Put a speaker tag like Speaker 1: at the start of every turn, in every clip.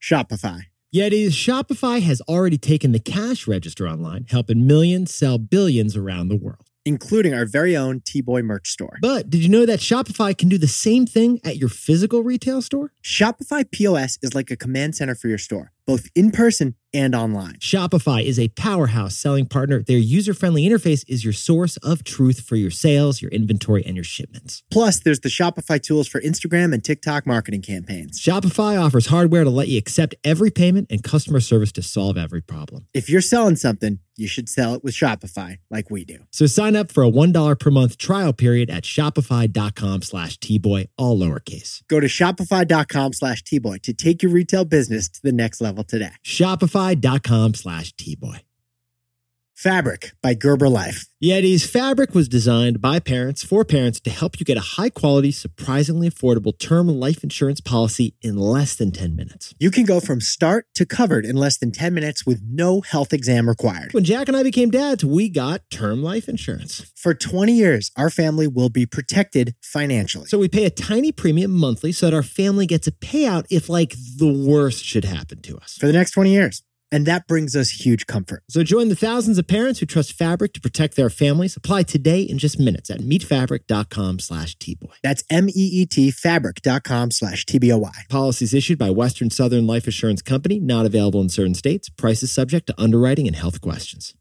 Speaker 1: Shopify.
Speaker 2: Yetis, Shopify has already taken the cash register online, helping millions sell billions around the world.
Speaker 1: including our very own T-Boy merch store.
Speaker 2: But did you know that Shopify can do the same thing at your physical retail store?
Speaker 1: Shopify POS is like a command center for your store, both in person and online.
Speaker 2: Shopify is a powerhouse selling partner. Their user friendly interface is your source of truth for your sales, your inventory, and your shipments.
Speaker 1: Plus, there's the Shopify tools for Instagram and TikTok marketing campaigns.
Speaker 2: Shopify offers hardware to let you accept every payment and customer service to solve every problem.
Speaker 1: If you're selling something, you should sell it with Shopify like we do.
Speaker 2: So sign up for a $1 per month trial period at shopify.com slash tboy, all lowercase.
Speaker 1: Go to shopify.com slash tboy to take your retail business to the next level today.
Speaker 2: Shopify.com slash tboy.
Speaker 1: Fabric by Gerber Life.
Speaker 2: Yeti's fabric was designed by parents for parents to help you get a high quality, surprisingly affordable term life insurance policy in less than 10 minutes.
Speaker 1: You can go from start to covered in less than 10 minutes with no health exam required.
Speaker 2: When Jack and I became dads, we got term life insurance.
Speaker 1: For 20 years, our family will be protected financially.
Speaker 2: So we pay a tiny premium monthly so that our family gets a payout if, like, the worst should happen to us.
Speaker 1: for the next 20 years. And that brings us huge comfort.
Speaker 2: So join the thousands of parents who trust Fabric to protect their families. Apply today in just minutes at meetfabric.com slash tboy.
Speaker 1: That's E M-E-E-T fabric.com slash T-B-O-Y.
Speaker 2: Policies issued by Western Southern Life Assurance Company, not available in certain states. Prices subject to underwriting and health questions.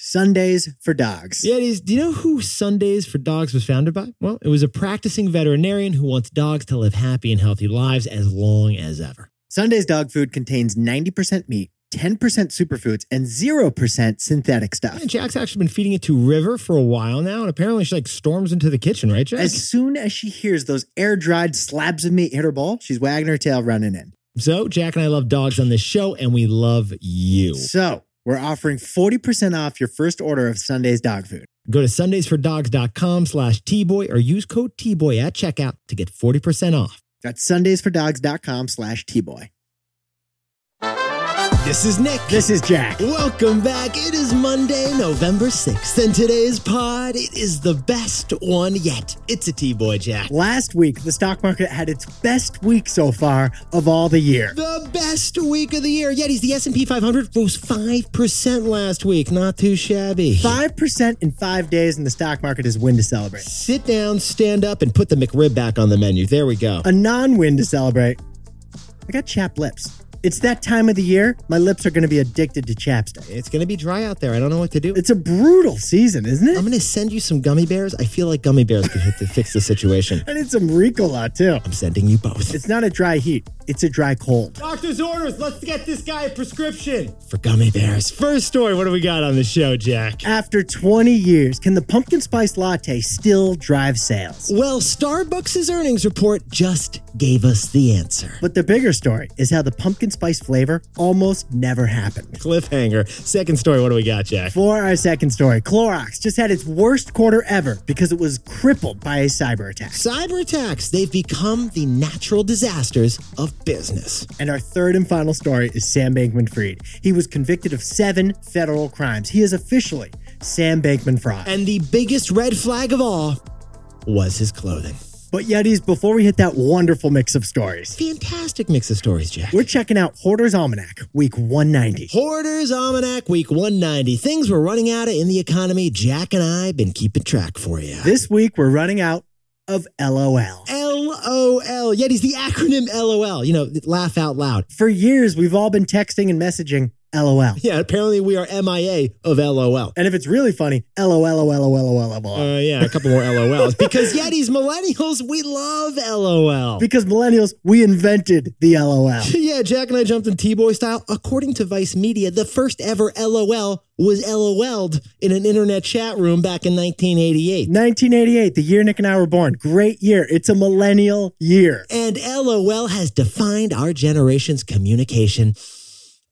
Speaker 1: Sundays for dogs.
Speaker 2: Yeah, it is. Do you know who Sundays for Dogs was founded by? Well, it was a practicing veterinarian who wants dogs to live happy and healthy lives as long as ever.
Speaker 1: Sunday's dog food contains 90% meat, 10% superfoods, and 0% synthetic stuff.
Speaker 2: And Jack's actually been feeding it to River for a while now, and apparently she like storms into the kitchen, right, Jack?
Speaker 1: As soon as she hears those air-dried slabs of meat hit her bowl, she's wagging her tail running in.
Speaker 2: so Jack and I love dogs on this show, and we love you.
Speaker 1: So we're offering 40% off your first order of Sunday's dog food.
Speaker 2: Go to sundaysfordogs.com slash tboy or use code tboy at checkout to get 40% off.
Speaker 1: That's sundaysfordogs.com slash T-Boy.
Speaker 2: This is Nick.
Speaker 1: This is Jack.
Speaker 2: Welcome back. It is Monday, November 6th, and today's pod, it is the best one yet. It's a T-Boy Jack.
Speaker 1: Last week, the stock market had its best week so far of all the year.
Speaker 2: The best week of the year. Yetis, the S&P 500 rose 5% last week. Not too shabby.
Speaker 1: 5% in five days in the stock market is a win to celebrate.
Speaker 2: Sit down, stand up, and put the McRib back on the menu. There we go.
Speaker 1: A non win to celebrate. I got chapped lips. It's that time of the year. My lips are going to be addicted to chapstick.
Speaker 2: It's going to be dry out there. I don't know what to do.
Speaker 1: It's a brutal season, isn't
Speaker 2: I'm
Speaker 1: it?
Speaker 2: going to send you some gummy bears. I feel like gummy bears could hit to fix the situation.
Speaker 1: I need some Ricola, too.
Speaker 2: I'm sending you both.
Speaker 1: It's not a dry heat, it's a dry cold.
Speaker 2: Doctor's orders. Let's get this guy a prescription for gummy bears. First story. What do we got on the show, Jack?
Speaker 1: After 20 years, can the pumpkin spice latte still drive sales?
Speaker 2: Well, Starbucks' earnings report just gave us the answer.
Speaker 1: But the bigger story is how the pumpkin spice flavor almost never happened.
Speaker 2: Cliffhanger. Second story. What do we got, Jack?
Speaker 1: For our second story, Clorox just had its worst quarter ever because it was crippled by a cyber attack.
Speaker 2: Cyber attacks, they've become the natural disasters of business.
Speaker 1: And our third and final story is Sam Bankman Fried. He was convicted of seven federal crimes. He is officially Sam Bankman Fraud.
Speaker 2: And the biggest red flag of all was his clothing.
Speaker 1: But Yetis, before we hit that wonderful mix of stories,
Speaker 2: Fantastic mix of stories, Jack.
Speaker 1: we're checking out Hoarder's Almanac, week 190.
Speaker 2: Hoarders Almanac Week 190. Things we're running out of in the economy. Jack and I been keeping track for you.
Speaker 1: This week, we're running out of LOL.
Speaker 2: LOL. Yeti's the acronym LOL. You know, laugh out loud.
Speaker 1: For years, we've all been texting and messaging LOL.
Speaker 2: Yeah, apparently we are MIA of LOL.
Speaker 1: And if it's really funny, LOL, LOL, LOL, LOL.
Speaker 2: Uh, yeah, a couple more LOLs. Because Yeti's millennials, we love LOL.
Speaker 1: Because millennials, we invented the LOL.
Speaker 2: Yeah, Jack and I jumped in T-Boy style. According to Vice Media, the first ever LOL was LOL'd in an internet chat room back in 1988.
Speaker 1: 1988, the year Nick and I were born. Great year. It's a millennial year.
Speaker 2: And LOL has defined our generation's communication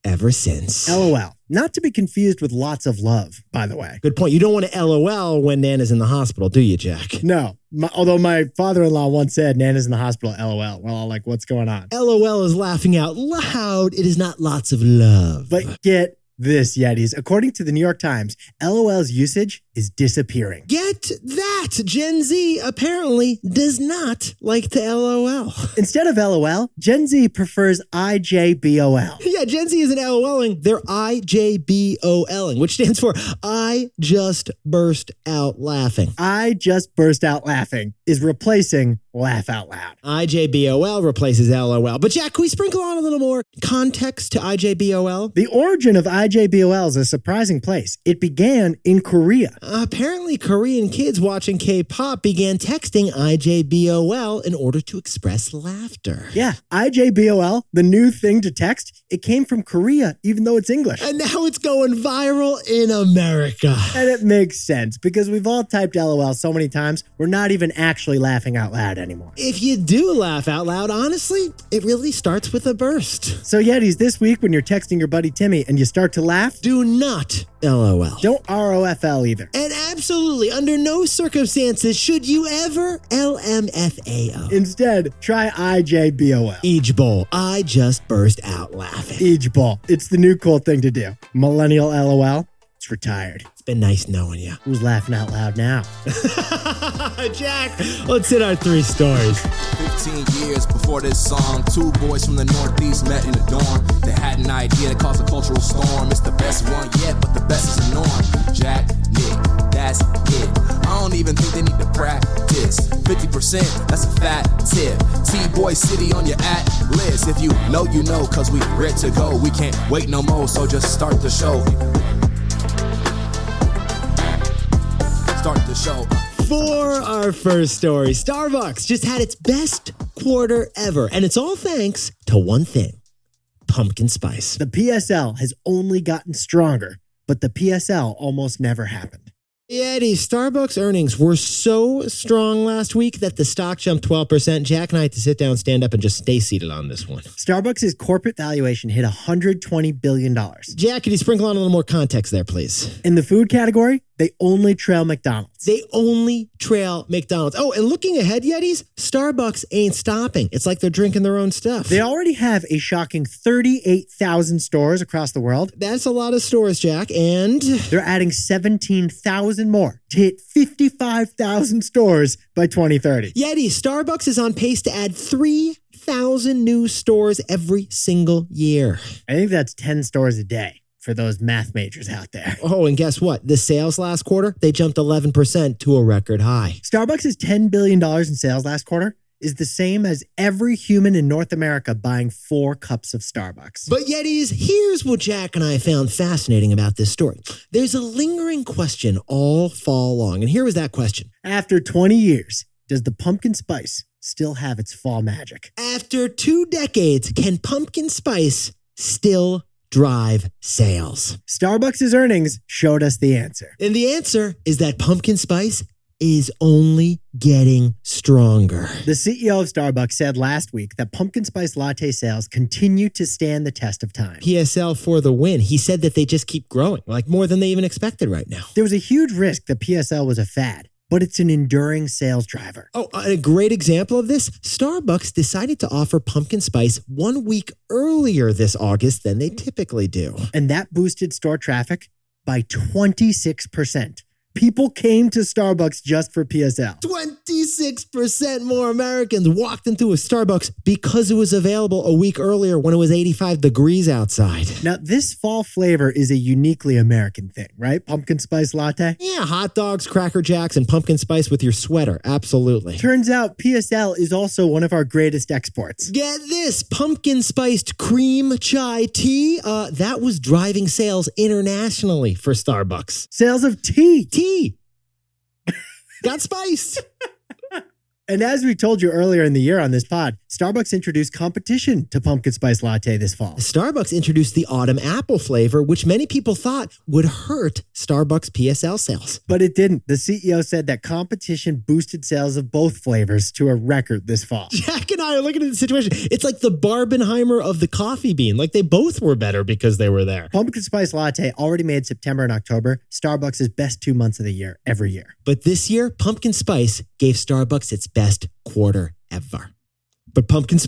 Speaker 2: ever since.
Speaker 1: LOL. Not to be confused with lots of love, by the way.
Speaker 2: Good point. You don't want to LOL when Nana's in the hospital, do you, Jack?
Speaker 1: No, my, although my father in law once said, Nana's in the hospital, LOL. We're all like, what's going on?
Speaker 2: LOL is laughing out loud. It is not lots of love.
Speaker 1: But get this, Yetis. According to the New York Times, LOL's usage is disappearing.
Speaker 2: get that. But Gen Z apparently does not like to LOL.
Speaker 1: Instead of LOL, Gen Z prefers IJBOL.
Speaker 2: yeah, Gen Z isn't LOLing. They're IJBOLing, which stands for I just burst out laughing.
Speaker 1: I just burst out laughing is replacing laugh out loud.
Speaker 2: IJBOL replaces LOL. But Jack, can we sprinkle on a little more context to IJBOL?
Speaker 1: The origin of IJBOL is a surprising place. It began in Korea.
Speaker 2: Apparently, Korean kids watching K pop began texting IJBOL in order to express laughter.
Speaker 1: Yeah, IJBOL, the new thing to text, it came from Korea, even though it's English.
Speaker 2: And now it's going viral in America.
Speaker 1: And it makes sense because we've all typed LOL so many times, we're not even actually laughing out loud anymore.
Speaker 2: If you do laugh out loud, honestly, it really starts with a burst.
Speaker 1: So, Yetis, this week when you're texting your buddy Timmy and you start to laugh,
Speaker 2: Do not LOL.
Speaker 1: don't ROFL either.
Speaker 2: And absolutely, under no circumstances should you ever LMFAO.
Speaker 1: Instead, try IJBOL.
Speaker 2: Each bowl, I just burst out laughing.
Speaker 1: Each ball. It's the new cool thing to do. Millennial LOL, it's retired.
Speaker 2: It's been nice knowing you.
Speaker 1: Who's laughing out loud now?
Speaker 2: Jack, let's hit our three stories.
Speaker 3: 15 years before this song, two boys from the Northeast met in the dorm. They had an idea that caused a cultural storm. It's the best one yet, but the best is the norm. Jack, Nick, that's it. I don't even think they need to practice. 50%, that's a fat tip. T-Boy City on your at list. If you know, you know, cause we ready to go. We can't wait no more, so just start the show. Start the show.
Speaker 2: For our first story, Starbucks just had its best quarter ever, and it's all thanks to one thing pumpkin spice.
Speaker 1: The PSL has only gotten stronger, but the PSL almost never happened.
Speaker 2: Eddie, Starbucks earnings were so strong last week that the stock jumped 12%. Jack and I had to sit down, stand up, and just stay seated on this one.
Speaker 1: Starbucks' corporate valuation hit $120 billion.
Speaker 2: Jack, could you sprinkle on a little more context there, please?
Speaker 1: In the food category, they only trail McDonald's.
Speaker 2: They only trail McDonald's. Oh, and looking ahead, Yetis, Starbucks ain't stopping. It's like they're drinking their own stuff.
Speaker 1: They already have a shocking 38,000 stores across the world.
Speaker 2: That's a lot of stores, Jack, and
Speaker 1: They're adding 17,000 more to hit 55,000 stores by 2030.
Speaker 2: Yeti, Starbucks is on pace to add 3,000 new stores every single year.
Speaker 1: I think that's 10 stores a day for those math majors out there.
Speaker 2: Oh, and guess what? The sales last quarter, they jumped 11% to a record high.
Speaker 1: Starbucks' $10 billion in sales last quarter is the same as every human in North America buying four cups of Starbucks.
Speaker 2: But Yetis, here's what Jack and I found fascinating about this story. There's a lingering question all fall long, and here was that question.
Speaker 1: After 20 years, does the pumpkin spice still have its fall magic?
Speaker 2: After two decades, can pumpkin spice still drive sales?
Speaker 1: Starbucks' earnings showed us the answer.
Speaker 2: And the answer is that pumpkin spice is only getting stronger.
Speaker 1: The CEO of Starbucks said last week that pumpkin spice latte sales continue to stand the test of time.
Speaker 2: PSL for the win. He said that they just keep growing, like more than they even expected right now.
Speaker 1: There was a huge risk that PSL was a fad, but it's an enduring sales driver.
Speaker 2: Oh, a great example of this Starbucks decided to offer pumpkin spice one week earlier this August than they typically do.
Speaker 1: And that boosted store traffic by 26%. People came to Starbucks just for PSL.
Speaker 2: 26% more Americans walked into a Starbucks because it was available a week earlier when it was 85 degrees outside.
Speaker 1: Now, this fall flavor is a uniquely American thing, right? Pumpkin spice latte.
Speaker 2: Yeah, hot dogs, Cracker Jacks, and pumpkin spice with your sweater. Absolutely.
Speaker 1: Turns out PSL is also one of our greatest exports.
Speaker 2: Get this pumpkin spiced cream chai tea. Uh, that was driving sales internationally for Starbucks.
Speaker 1: Sales of tea.
Speaker 2: Tea got spiced.
Speaker 1: And as we told you earlier in the year on this pod, Starbucks introduced competition to pumpkin spice latte this fall.
Speaker 2: Starbucks introduced the autumn apple flavor, which many people thought would hurt Starbucks PSL sales.
Speaker 1: But it didn't. The CEO said that competition boosted sales of both flavors to a record this fall.
Speaker 2: Jack and I are looking at the situation. It's like the Barbenheimer of the coffee bean. Like they both were better because they were there.
Speaker 1: Pumpkin spice latte already made September and October Starbucks' best two months of the year every year.
Speaker 2: But this year, pumpkin spice gave Starbucks its best quarter ever. But pumpkin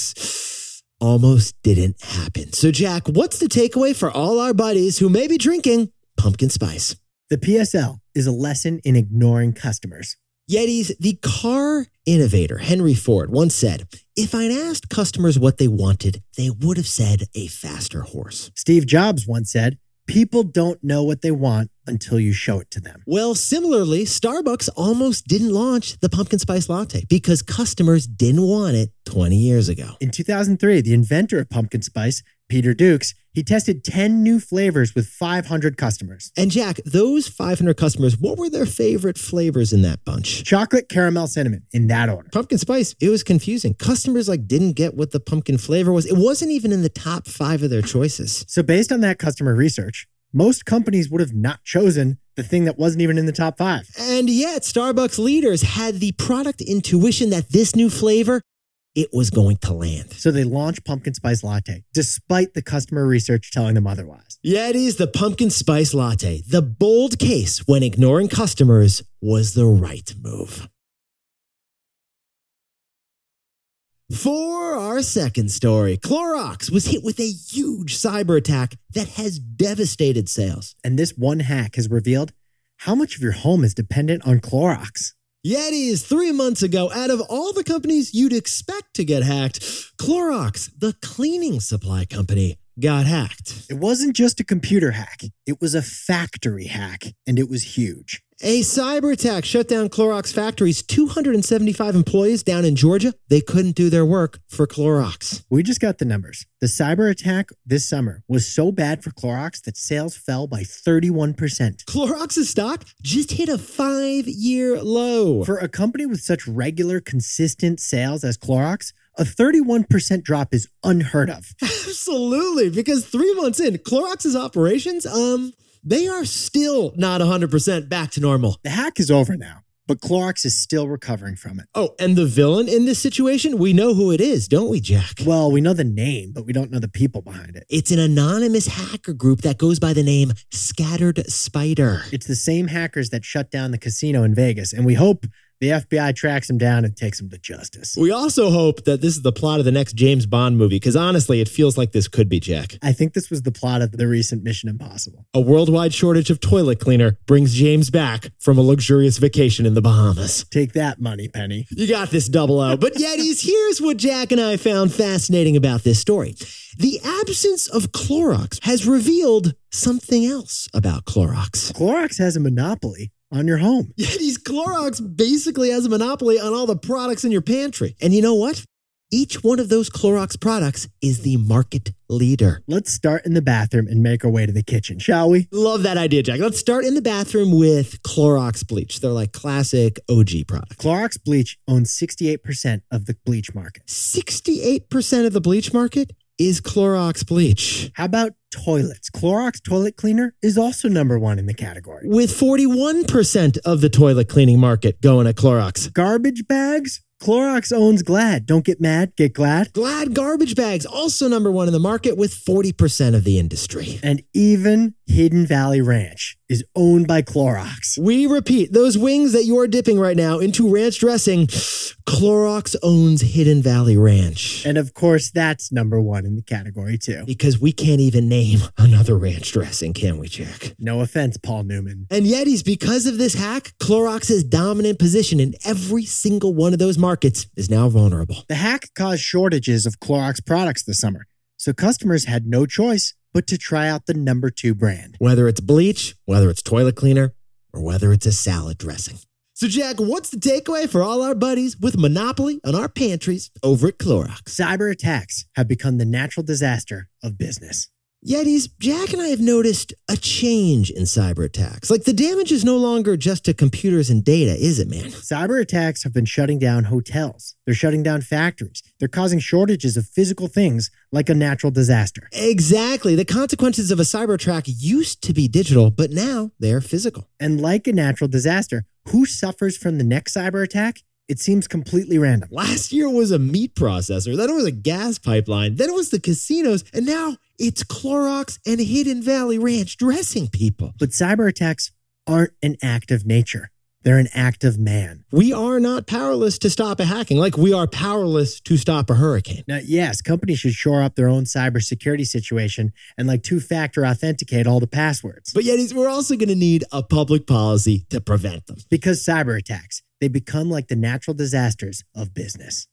Speaker 2: spice almost didn't happen. So, Jack, what's the takeaway for all our buddies who may be drinking pumpkin spice?
Speaker 1: The PSL is a lesson in ignoring customers
Speaker 2: Yeti's the car innovator, Henry Ford, once said, If I'd asked customers what they wanted, they would have said a faster horse.
Speaker 1: Steve Jobs once said, People don't know what they want until you show it to them.
Speaker 2: Well, similarly, Starbucks almost didn't launch the pumpkin spice latte because customers didn't want it 20 years ago.
Speaker 1: In 2003, the inventor of pumpkin spice, Peter Dukes, he tested 10 new flavors with 500 customers.
Speaker 2: And Jack, those 500 customers, what were their favorite flavors in that bunch?
Speaker 1: Chocolate, caramel, cinnamon, in that order.
Speaker 2: Pumpkin spice, it was confusing. Customers like didn't get what the pumpkin flavor was. It wasn't even in the top 5 of their choices.
Speaker 1: So, based on that customer research, most companies would have not chosen the thing that wasn't even in the top five.
Speaker 2: And yet, Starbucks leaders had the product intuition that this new flavor it was going to land.
Speaker 1: So they launched pumpkin spice latte, despite the customer research telling them otherwise.
Speaker 2: Yeti's the pumpkin spice latte, the bold case when ignoring customers was the right move. For our second story, Clorox was hit with a huge cyber attack that has devastated sales.
Speaker 1: And this one hack has revealed how much of your home is dependent on Clorox.
Speaker 2: Yetis, three months ago, out of all the companies you'd expect to get hacked, Clorox, the cleaning supply company, got hacked.
Speaker 1: It wasn't just a computer hack, it was a factory hack, and it was huge.
Speaker 2: A cyber attack shut down Clorox factories, 275 employees down in Georgia. They couldn't do their work for Clorox.
Speaker 1: We just got the numbers. The cyber attack this summer was so bad for Clorox that sales fell by 31%.
Speaker 2: Clorox's stock just hit a five year low.
Speaker 1: For a company with such regular, consistent sales as Clorox, a 31% drop is unheard of.
Speaker 2: Absolutely, because three months in, Clorox's operations, um, they are still not 100% back to normal.
Speaker 1: The hack is over now, but Clorox is still recovering from it.
Speaker 2: Oh, and the villain in this situation, we know who it is, don't we, Jack?
Speaker 1: Well, we know the name, but we don't know the people behind it.
Speaker 2: It's an anonymous hacker group that goes by the name Scattered Spider.
Speaker 1: It's the same hackers that shut down the casino in Vegas, and we hope the FBI tracks him down and takes him to justice.
Speaker 2: We also hope that this is the plot of the next James Bond movie, because honestly, it feels like this could be Jack.
Speaker 1: I think this was the plot of the recent Mission Impossible.
Speaker 2: A worldwide shortage of toilet cleaner brings James back from a luxurious vacation in the Bahamas.
Speaker 1: Take that money, Penny.
Speaker 2: You got this double O. But Yetis, here's what Jack and I found fascinating about this story. The absence of Clorox has revealed something else about Clorox.
Speaker 1: Clorox has a monopoly on your home.
Speaker 2: Yeti's Clorox basically has a monopoly on all the products in your pantry. And you know what? Each one of those Clorox products is the market leader.
Speaker 1: Let's start in the bathroom and make our way to the kitchen, shall we?
Speaker 2: Love that idea, Jack. Let's start in the bathroom with Clorox bleach. They're like classic OG products.
Speaker 1: Clorox bleach owns 68% of the bleach market.
Speaker 2: 68% of the bleach market is Clorox bleach.
Speaker 1: How about toilets? Clorox toilet cleaner is also number one in the category.
Speaker 2: With 41% of the toilet cleaning market going to Clorox.
Speaker 1: Garbage bags? Clorox owns Glad. Don't get mad, get glad.
Speaker 2: Glad garbage bags, also number one in the market with 40% of the industry.
Speaker 1: And even Hidden Valley Ranch is owned by Clorox.
Speaker 2: We repeat, those wings that you're dipping right now into ranch dressing, Clorox owns Hidden Valley Ranch.
Speaker 1: And of course, that's number one in the category, too.
Speaker 2: Because we can't even name another ranch dressing, can we, Jack?
Speaker 1: No offense, Paul Newman.
Speaker 2: And Yetis, because of this hack, Clorox's dominant position in every single one of those markets is now vulnerable.
Speaker 1: The hack caused shortages of Clorox products this summer, so customers had no choice but to try out the number two brand.
Speaker 2: Whether it's bleach, whether it's toilet cleaner, or whether it's a salad dressing. So, Jack, what's the takeaway for all our buddies with Monopoly on our pantries over at Clorox?
Speaker 1: Cyber attacks have become the natural disaster of business.
Speaker 2: Yetis, Jack and I have noticed a change in cyber attacks. Like the damage is no longer just to computers and data, is it, man?
Speaker 1: Cyber attacks have been shutting down hotels. They're shutting down factories. They're causing shortages of physical things like a natural disaster.
Speaker 2: Exactly. The consequences of a cyber attack used to be digital, but now they're physical.
Speaker 1: And like a natural disaster, who suffers from the next cyber attack? It seems completely random.
Speaker 2: Last year was a meat processor, then it was a gas pipeline, then it was the casinos, and now it's Clorox and Hidden Valley Ranch dressing people.
Speaker 1: But cyber attacks aren't an act of nature. They're an act of man.
Speaker 2: We are not powerless to stop a hacking, like we are powerless to stop a hurricane.
Speaker 1: Now, yes, companies should shore up their own cybersecurity situation and like two factor authenticate all the passwords
Speaker 2: But yet, we're also going to need a public policy to prevent them.
Speaker 1: because cyber attacks, They become like the natural disasters of business.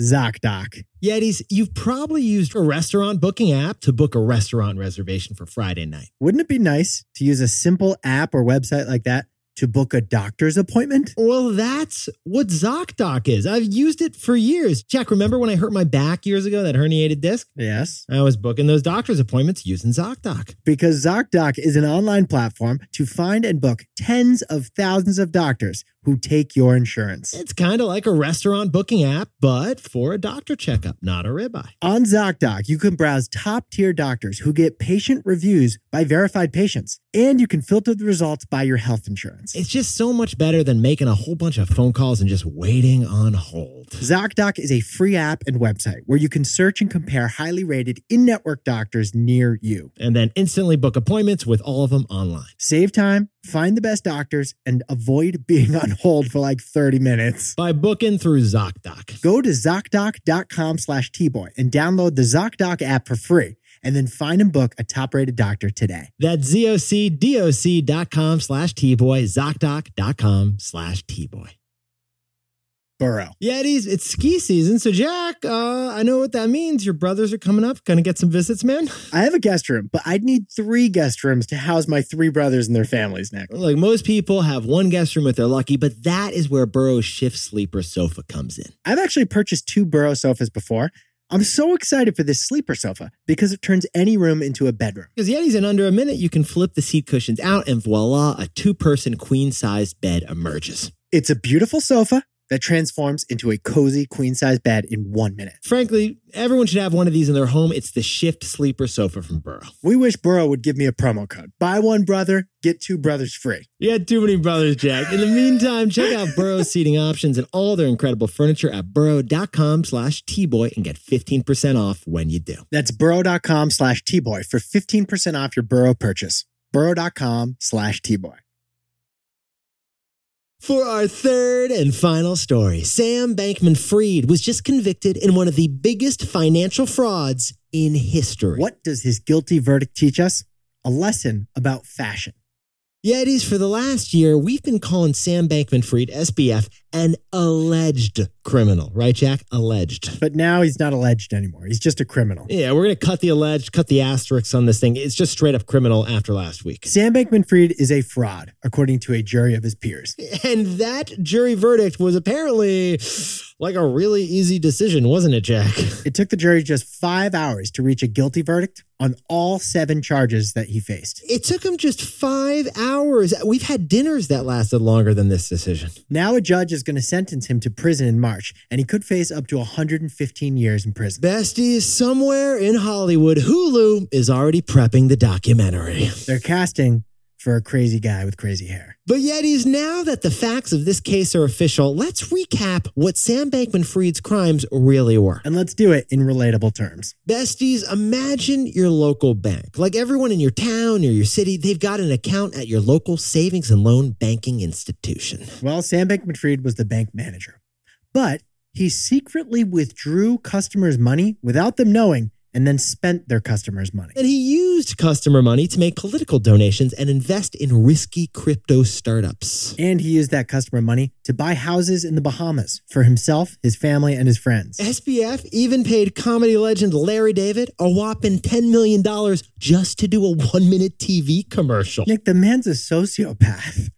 Speaker 1: ZocDoc.
Speaker 2: Yetis, you've probably used a restaurant booking app to book a restaurant reservation for Friday night.
Speaker 1: Wouldn't it be nice to use a simple app or website like that to book a doctor's appointment?
Speaker 2: Well, that's what ZocDoc is. I've used it for years. Jack, remember when I hurt my back years ago, that herniated disc?
Speaker 1: Yes.
Speaker 2: I was booking those doctor's appointments using ZocDoc.
Speaker 1: Because ZocDoc is an online platform to find and book tens of thousands of doctors who take your insurance.
Speaker 2: It's kind of like a restaurant booking app, but for a doctor checkup, not a ribeye.
Speaker 1: On ZocDoc, you can browse top tier doctors who get patient reviews by verified patients, and you can filter the results by your health insurance.
Speaker 2: It's just so much better than making a whole bunch of phone calls and just waiting on hold.
Speaker 1: ZocDoc is a free app and website where you can search and compare highly rated in network doctors near you.
Speaker 2: And then instantly book appointments with all of them online.
Speaker 1: Save time, find the best doctors, and avoid being on hold for like 30 minutes.
Speaker 2: By booking through ZocDoc.
Speaker 1: Go to ZocDoc.com slash T-Boy and download the ZocDoc app for free, and then find and book a top-rated doctor today.
Speaker 2: That's zocdoc.com slash T-Boy, ZocDoc.com slash T-Boy.
Speaker 1: Burrow.
Speaker 2: Yetis, it's ski season. So, Jack, uh, I know what that means. Your brothers are coming up. Gonna get some visits, man.
Speaker 1: I have a guest room, but I'd need three guest rooms to house my three brothers and their families next.
Speaker 2: Like most people have one guest room if they're lucky, but that is where Burrow's shift sleeper sofa comes in.
Speaker 1: I've actually purchased two Burrow sofas before. I'm so excited for this sleeper sofa because it turns any room into a bedroom.
Speaker 2: Because Yetis, in under a minute, you can flip the seat cushions out, and voila, a two person queen sized bed emerges.
Speaker 1: It's a beautiful sofa that transforms into a cozy queen size bed in one minute.
Speaker 2: Frankly, everyone should have one of these in their home. It's the shift sleeper sofa from Burrow.
Speaker 1: We wish Burrow would give me a promo code. Buy one brother, get two brothers free.
Speaker 2: You had too many brothers, Jack. In the meantime, check out Burrow's seating options and all their incredible furniture at burrow.com slash tboy and get 15% off when you do.
Speaker 1: That's burrow.com slash T Boy for 15% off your Burrow purchase. Burrow.com slash T Boy.
Speaker 2: For our third and final story, Sam Bankman Fried was just convicted in one of the biggest financial frauds in history.
Speaker 1: What does his guilty verdict teach us? A lesson about fashion.
Speaker 2: Yetis, for the last year, we've been calling Sam Bankman Fried, SBF, an alleged criminal, right, Jack? Alleged.
Speaker 1: But now he's not alleged anymore. He's just a criminal.
Speaker 2: Yeah, we're going to cut the alleged, cut the asterisks on this thing. It's just straight up criminal after last week.
Speaker 1: Sam Bankman Fried is a fraud, according to a jury of his peers.
Speaker 2: And that jury verdict was apparently like a really easy decision, wasn't it, Jack?
Speaker 1: It took the jury just five hours to reach a guilty verdict on all seven charges that he faced.
Speaker 2: It took him just five hours. We've had dinners that lasted longer than this decision.
Speaker 1: Now a judge is going to sentence him to prison in March, and he could face up to 115 years in prison.
Speaker 2: Besties, somewhere in Hollywood, Hulu is already prepping the documentary.
Speaker 1: They're casting for a crazy guy with crazy hair.
Speaker 2: But Yetis, now that the facts of this case are official, let's recap what Sam Bankman Fried's crimes really were.
Speaker 1: And let's do it in relatable terms.
Speaker 2: Besties, imagine your local bank. Like everyone in your town or your city, they've got an account at your local savings and loan banking institution.
Speaker 1: Well, Sam Bankman Fried was the bank manager, but he secretly withdrew customers' money without them knowing and then spent their customers' money.
Speaker 2: And he used customer money to make political donations and invest in risky crypto startups.
Speaker 1: And he used that customer money to buy houses in the Bahamas for himself, his family, and his friends.
Speaker 2: SBF even paid comedy legend Larry David a whopping $10 million just to do a one minute TV commercial.
Speaker 1: Nick, the man's a sociopath.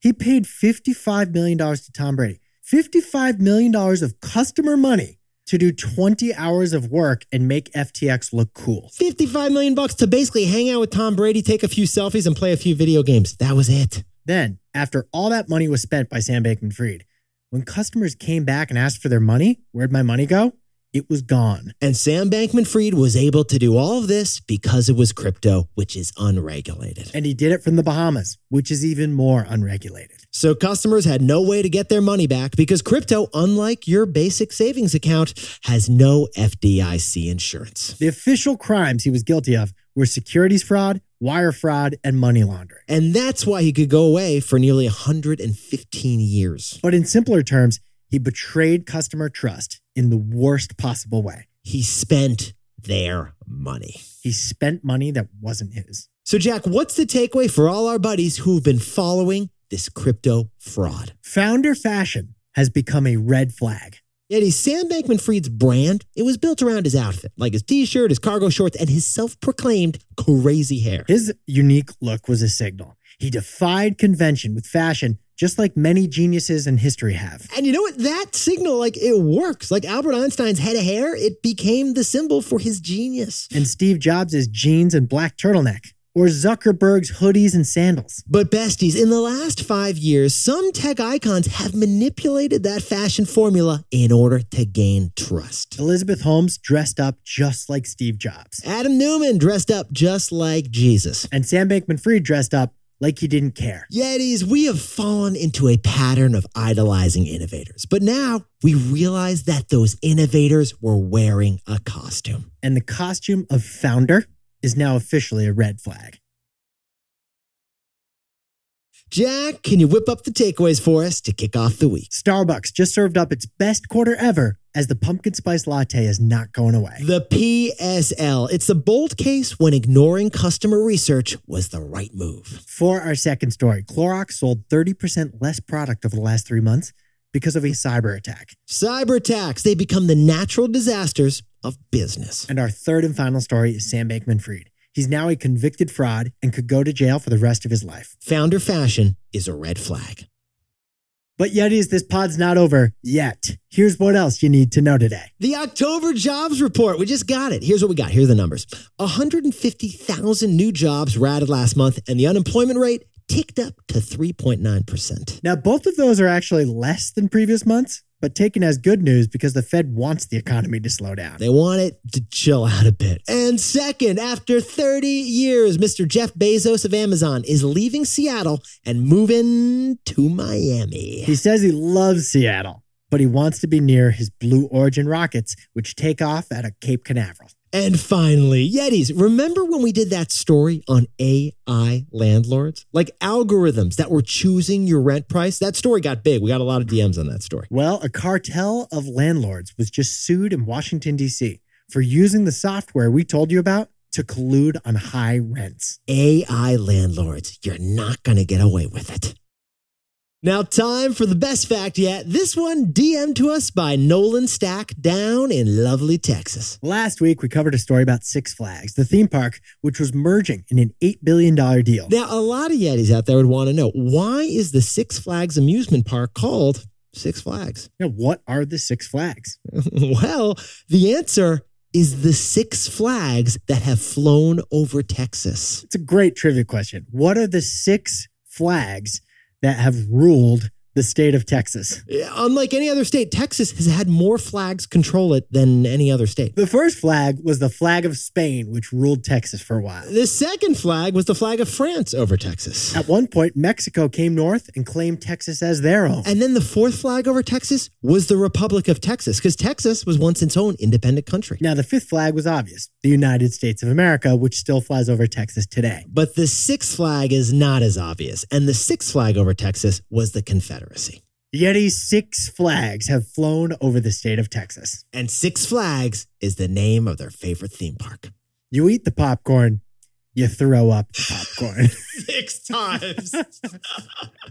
Speaker 1: He paid $55 million to Tom Brady, $55 million of customer money to do 20 hours of work and make FTX look cool.
Speaker 2: 55 million bucks to basically hang out with Tom Brady, take a few selfies, and play a few video games. That was it.
Speaker 1: Then, after all that money was spent by Sam Bankman Fried, when customers came back and asked for their money, where'd my money go? It was gone.
Speaker 2: And Sam Bankman Fried was able to do all of this because it was crypto, which is unregulated.
Speaker 1: And he did it from the Bahamas, which is even more unregulated.
Speaker 2: So customers had no way to get their money back because crypto, unlike your basic savings account, has no FDIC insurance.
Speaker 1: The official crimes he was guilty of were securities fraud, wire fraud, and money laundering.
Speaker 2: And that's why he could go away for nearly 115 years.
Speaker 1: But in simpler terms, he betrayed customer trust in the worst possible way.
Speaker 2: He spent their money.
Speaker 1: He spent money that wasn't his.
Speaker 2: So, Jack, what's the takeaway for all our buddies who've been following this crypto fraud.
Speaker 1: Founder fashion has become a red flag.
Speaker 2: Yet he's Sam Bankman Fried's brand. It was built around his outfit, like his t shirt, his cargo shorts, and his self proclaimed crazy hair.
Speaker 1: His unique look was a signal. He defied convention with fashion, just like many geniuses in history have.
Speaker 2: And you know what? That signal, like, it works. Like Albert Einstein's head of hair, it became the symbol for his genius.
Speaker 1: And Steve Jobs' jeans and black turtleneck, or Zuckerberg's hoodies and sandals.
Speaker 2: But besties, in the last five years, some tech icons have manipulated that fashion formula in order to gain trust.
Speaker 1: Elizabeth Holmes dressed up just like Steve Jobs,
Speaker 2: Adam Newman dressed up just like Jesus.
Speaker 1: and Sam Bankman Fried dressed up like he didn't care.
Speaker 2: Yetis, we have fallen into a pattern of idolizing innovators. But now we realize that those innovators were wearing a costume.
Speaker 1: And the costume of founder is now officially a red flag.
Speaker 2: Jack, can you whip up the takeaways for us to kick off the week?
Speaker 1: Starbucks just served up its best quarter ever as the pumpkin spice latte is not going away.
Speaker 2: The PSL. It's the bold case when ignoring customer research was the right move.
Speaker 1: For our second story, Clorox sold 30% less product over the last three months because of a cyber attack.
Speaker 2: Cyber attacks, they become the natural disasters of business.
Speaker 1: And our third and final story is Sam Bankman Fried. He's now a convicted fraud and could go to jail for the rest of his life.
Speaker 2: Founder fashion is a red flag.
Speaker 1: But Yetis, this pod's not over yet. Here's what else you need to know today.
Speaker 2: The October jobs report. We just got it. Here's what we got. Here are the numbers 150,000 new jobs ratted last month, and the unemployment rate ticked up to 3.9%.
Speaker 1: Now, both of those are actually less than previous months, but taken as good news because the Fed wants the economy to slow down.
Speaker 2: They want it to chill out a bit. And second, after 30 years, Mr. Jeff Bezos of Amazon is leaving Seattle and moving to Miami.
Speaker 1: He says he loves Seattle, but he wants to be near his Blue Origin rockets, which take off out of Cape Canaveral.
Speaker 2: And finally, Yetis. Remember when we did that story on AI landlords? Like algorithms that were choosing your rent price? That story got big. We got a lot of DMs on that story.
Speaker 1: Well, a cartel of landlords was just sued in Washington, D.C. for using the software we told you about to collude on high rents.
Speaker 2: AI landlords, you're not going to get away with it. Now, time for the best fact yet. This one DM'd to us by Nolan Stack down in lovely Texas.
Speaker 1: Last week, we covered a story about Six Flags, the theme park, which was merging in an $8 billion deal.
Speaker 2: Now, a lot of Yetis out there would want to know why is the Six Flags amusement park called Six Flags?
Speaker 1: Now, what are the Six Flags?
Speaker 2: well, the answer is the Six Flags that have flown over Texas.
Speaker 1: It's a great trivia question. What are the six flags that have ruled the state of Texas?
Speaker 2: Unlike any other state, Texas has had more flags control it than any other state.
Speaker 1: The first flag was the flag of Spain, which ruled Texas for a while.
Speaker 2: The second flag was the flag of France over Texas.
Speaker 1: At one point, Mexico came north and claimed Texas as their own.
Speaker 2: And then the fourth flag over Texas was the Republic of Texas, because Texas was once its own independent country.
Speaker 1: Now, the fifth flag was obvious the United States of America, which still flies over Texas today.
Speaker 2: But the sixth flag is not as obvious, and the sixth flag over Texas was the Confederacy.
Speaker 1: Yeti six flags have flown over the state of Texas.
Speaker 2: And Six Flags is the name of their favorite theme park.
Speaker 1: You eat the popcorn, you throw up the popcorn.
Speaker 2: Six times.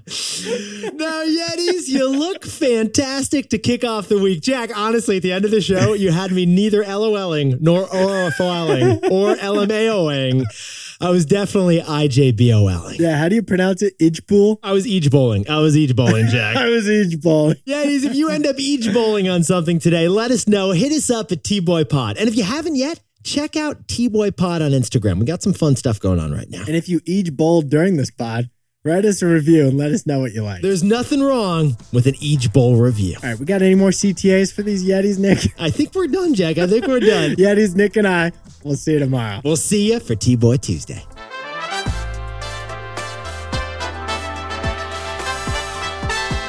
Speaker 2: now, Yetis, you look fantastic to kick off the week. Jack, honestly, at the end of the show, you had me neither LOLing nor ORFLing or LMAOing. I was definitely IJBOLing.
Speaker 1: yeah, how do you pronounce it? Ijbul?
Speaker 2: I was each bowling. I was each bowling, Jack.
Speaker 1: I was Ijbul.
Speaker 2: Yetis, if you end up each bowling on something today, let us know. Hit us up at T Boy Pod. And if you haven't yet, check out T Boy Pod on Instagram. We got some fun stuff going on right now.
Speaker 1: And if you each bowled during this pod, write us a review and let us know what you like.
Speaker 2: There's nothing wrong with an each bowl review.
Speaker 1: All right, we got any more CTAs for these Yetis, Nick?
Speaker 2: I think we're done, Jack. I think we're done.
Speaker 1: Yetis, Nick, and I. We'll see you tomorrow.
Speaker 2: We'll see you for T Boy Tuesday.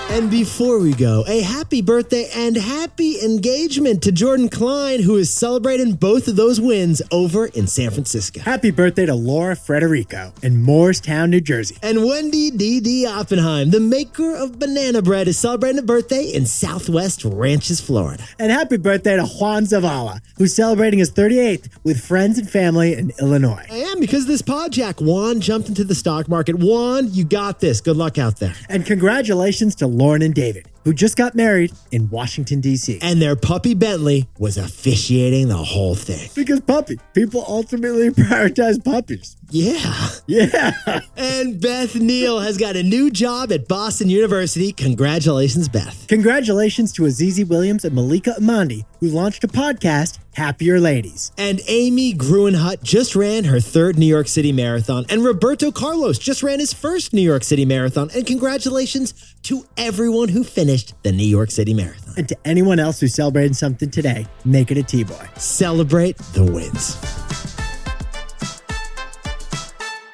Speaker 2: And before we go, a happy birthday and happy engagement to Jordan Klein, who is celebrating both of those wins over in San Francisco.
Speaker 1: Happy birthday to Laura Frederico in Morristown, New Jersey.
Speaker 2: And Wendy D.D. Oppenheim, the maker of banana bread, is celebrating a birthday in Southwest Ranches, Florida.
Speaker 1: And happy birthday to Juan Zavala, who's celebrating his 38th with friends and family in Illinois.
Speaker 2: I am because of this pod, Jack. Juan jumped into the stock market. Juan, you got this. Good luck out there.
Speaker 1: And congratulations to Lauren and David, who just got married in Washington, D.C.
Speaker 2: And their puppy Bentley was officiating the whole thing.
Speaker 1: Because puppy, people ultimately prioritize puppies.
Speaker 2: Yeah.
Speaker 1: Yeah.
Speaker 2: And Beth Neal has got a new job at Boston University. Congratulations, Beth.
Speaker 1: Congratulations to Azizi Williams and Malika Amandi, who launched a podcast, Happier Ladies.
Speaker 2: And Amy Gruenhut just ran her third New York City Marathon. And Roberto Carlos just ran his first New York City Marathon. And congratulations to everyone who finished the New York City Marathon.
Speaker 1: And to anyone else who's celebrating something today, make it a T Boy.
Speaker 2: Celebrate the wins.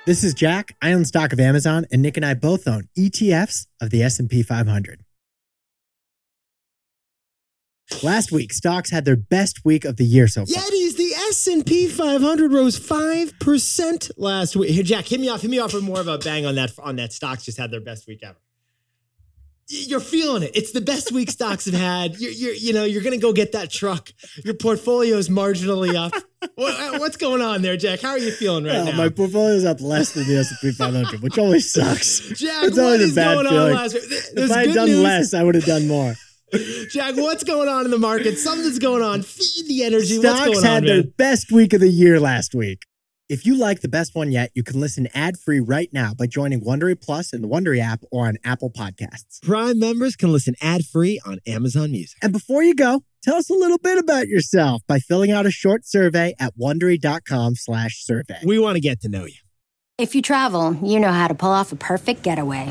Speaker 1: This is Jack. I own stock of Amazon, and Nick and I both own ETFs of the S&P 500. Last week, stocks had their best week of the year so far.
Speaker 2: Yetis, the S&P 500 rose 5% last week. Here, Jack, hit me off. Hit me off with more of a bang on that on that stocks just had their best week ever. Y- You're feeling it. It's the best week stocks have had. You're, you're you know, you're going to go get that truck. Your portfolio's marginally up. What- uh, what's going on there, Jack? How are you feeling right
Speaker 1: Oh,
Speaker 2: now?
Speaker 1: my portfolio's up less than the S&P 500, which always sucks.
Speaker 2: Jack,
Speaker 1: it's
Speaker 2: what
Speaker 1: always a
Speaker 2: is
Speaker 1: bad
Speaker 2: going on
Speaker 1: feeling.
Speaker 2: last week? Th-
Speaker 1: If
Speaker 2: There's
Speaker 1: I had
Speaker 2: good
Speaker 1: done
Speaker 2: news.
Speaker 1: less, I would have done more.
Speaker 2: Jack, what's going on in the market? Something's going on. Feed the energy. what's
Speaker 1: Stocks
Speaker 2: going
Speaker 1: had
Speaker 2: on,
Speaker 1: their
Speaker 2: man?
Speaker 1: best week of the year last week. If you like the best one yet, you can listen ad free right now by joining Wondery Plus in the Wondery app or on Apple Podcasts.
Speaker 2: Prime members can listen ad-free on Amazon Music.
Speaker 1: And before you go, tell us a little bit about yourself by filling out a short survey at wondery.com/slash survey.
Speaker 2: We want to get to know you.
Speaker 4: If you travel, you know how to pull off a perfect getaway.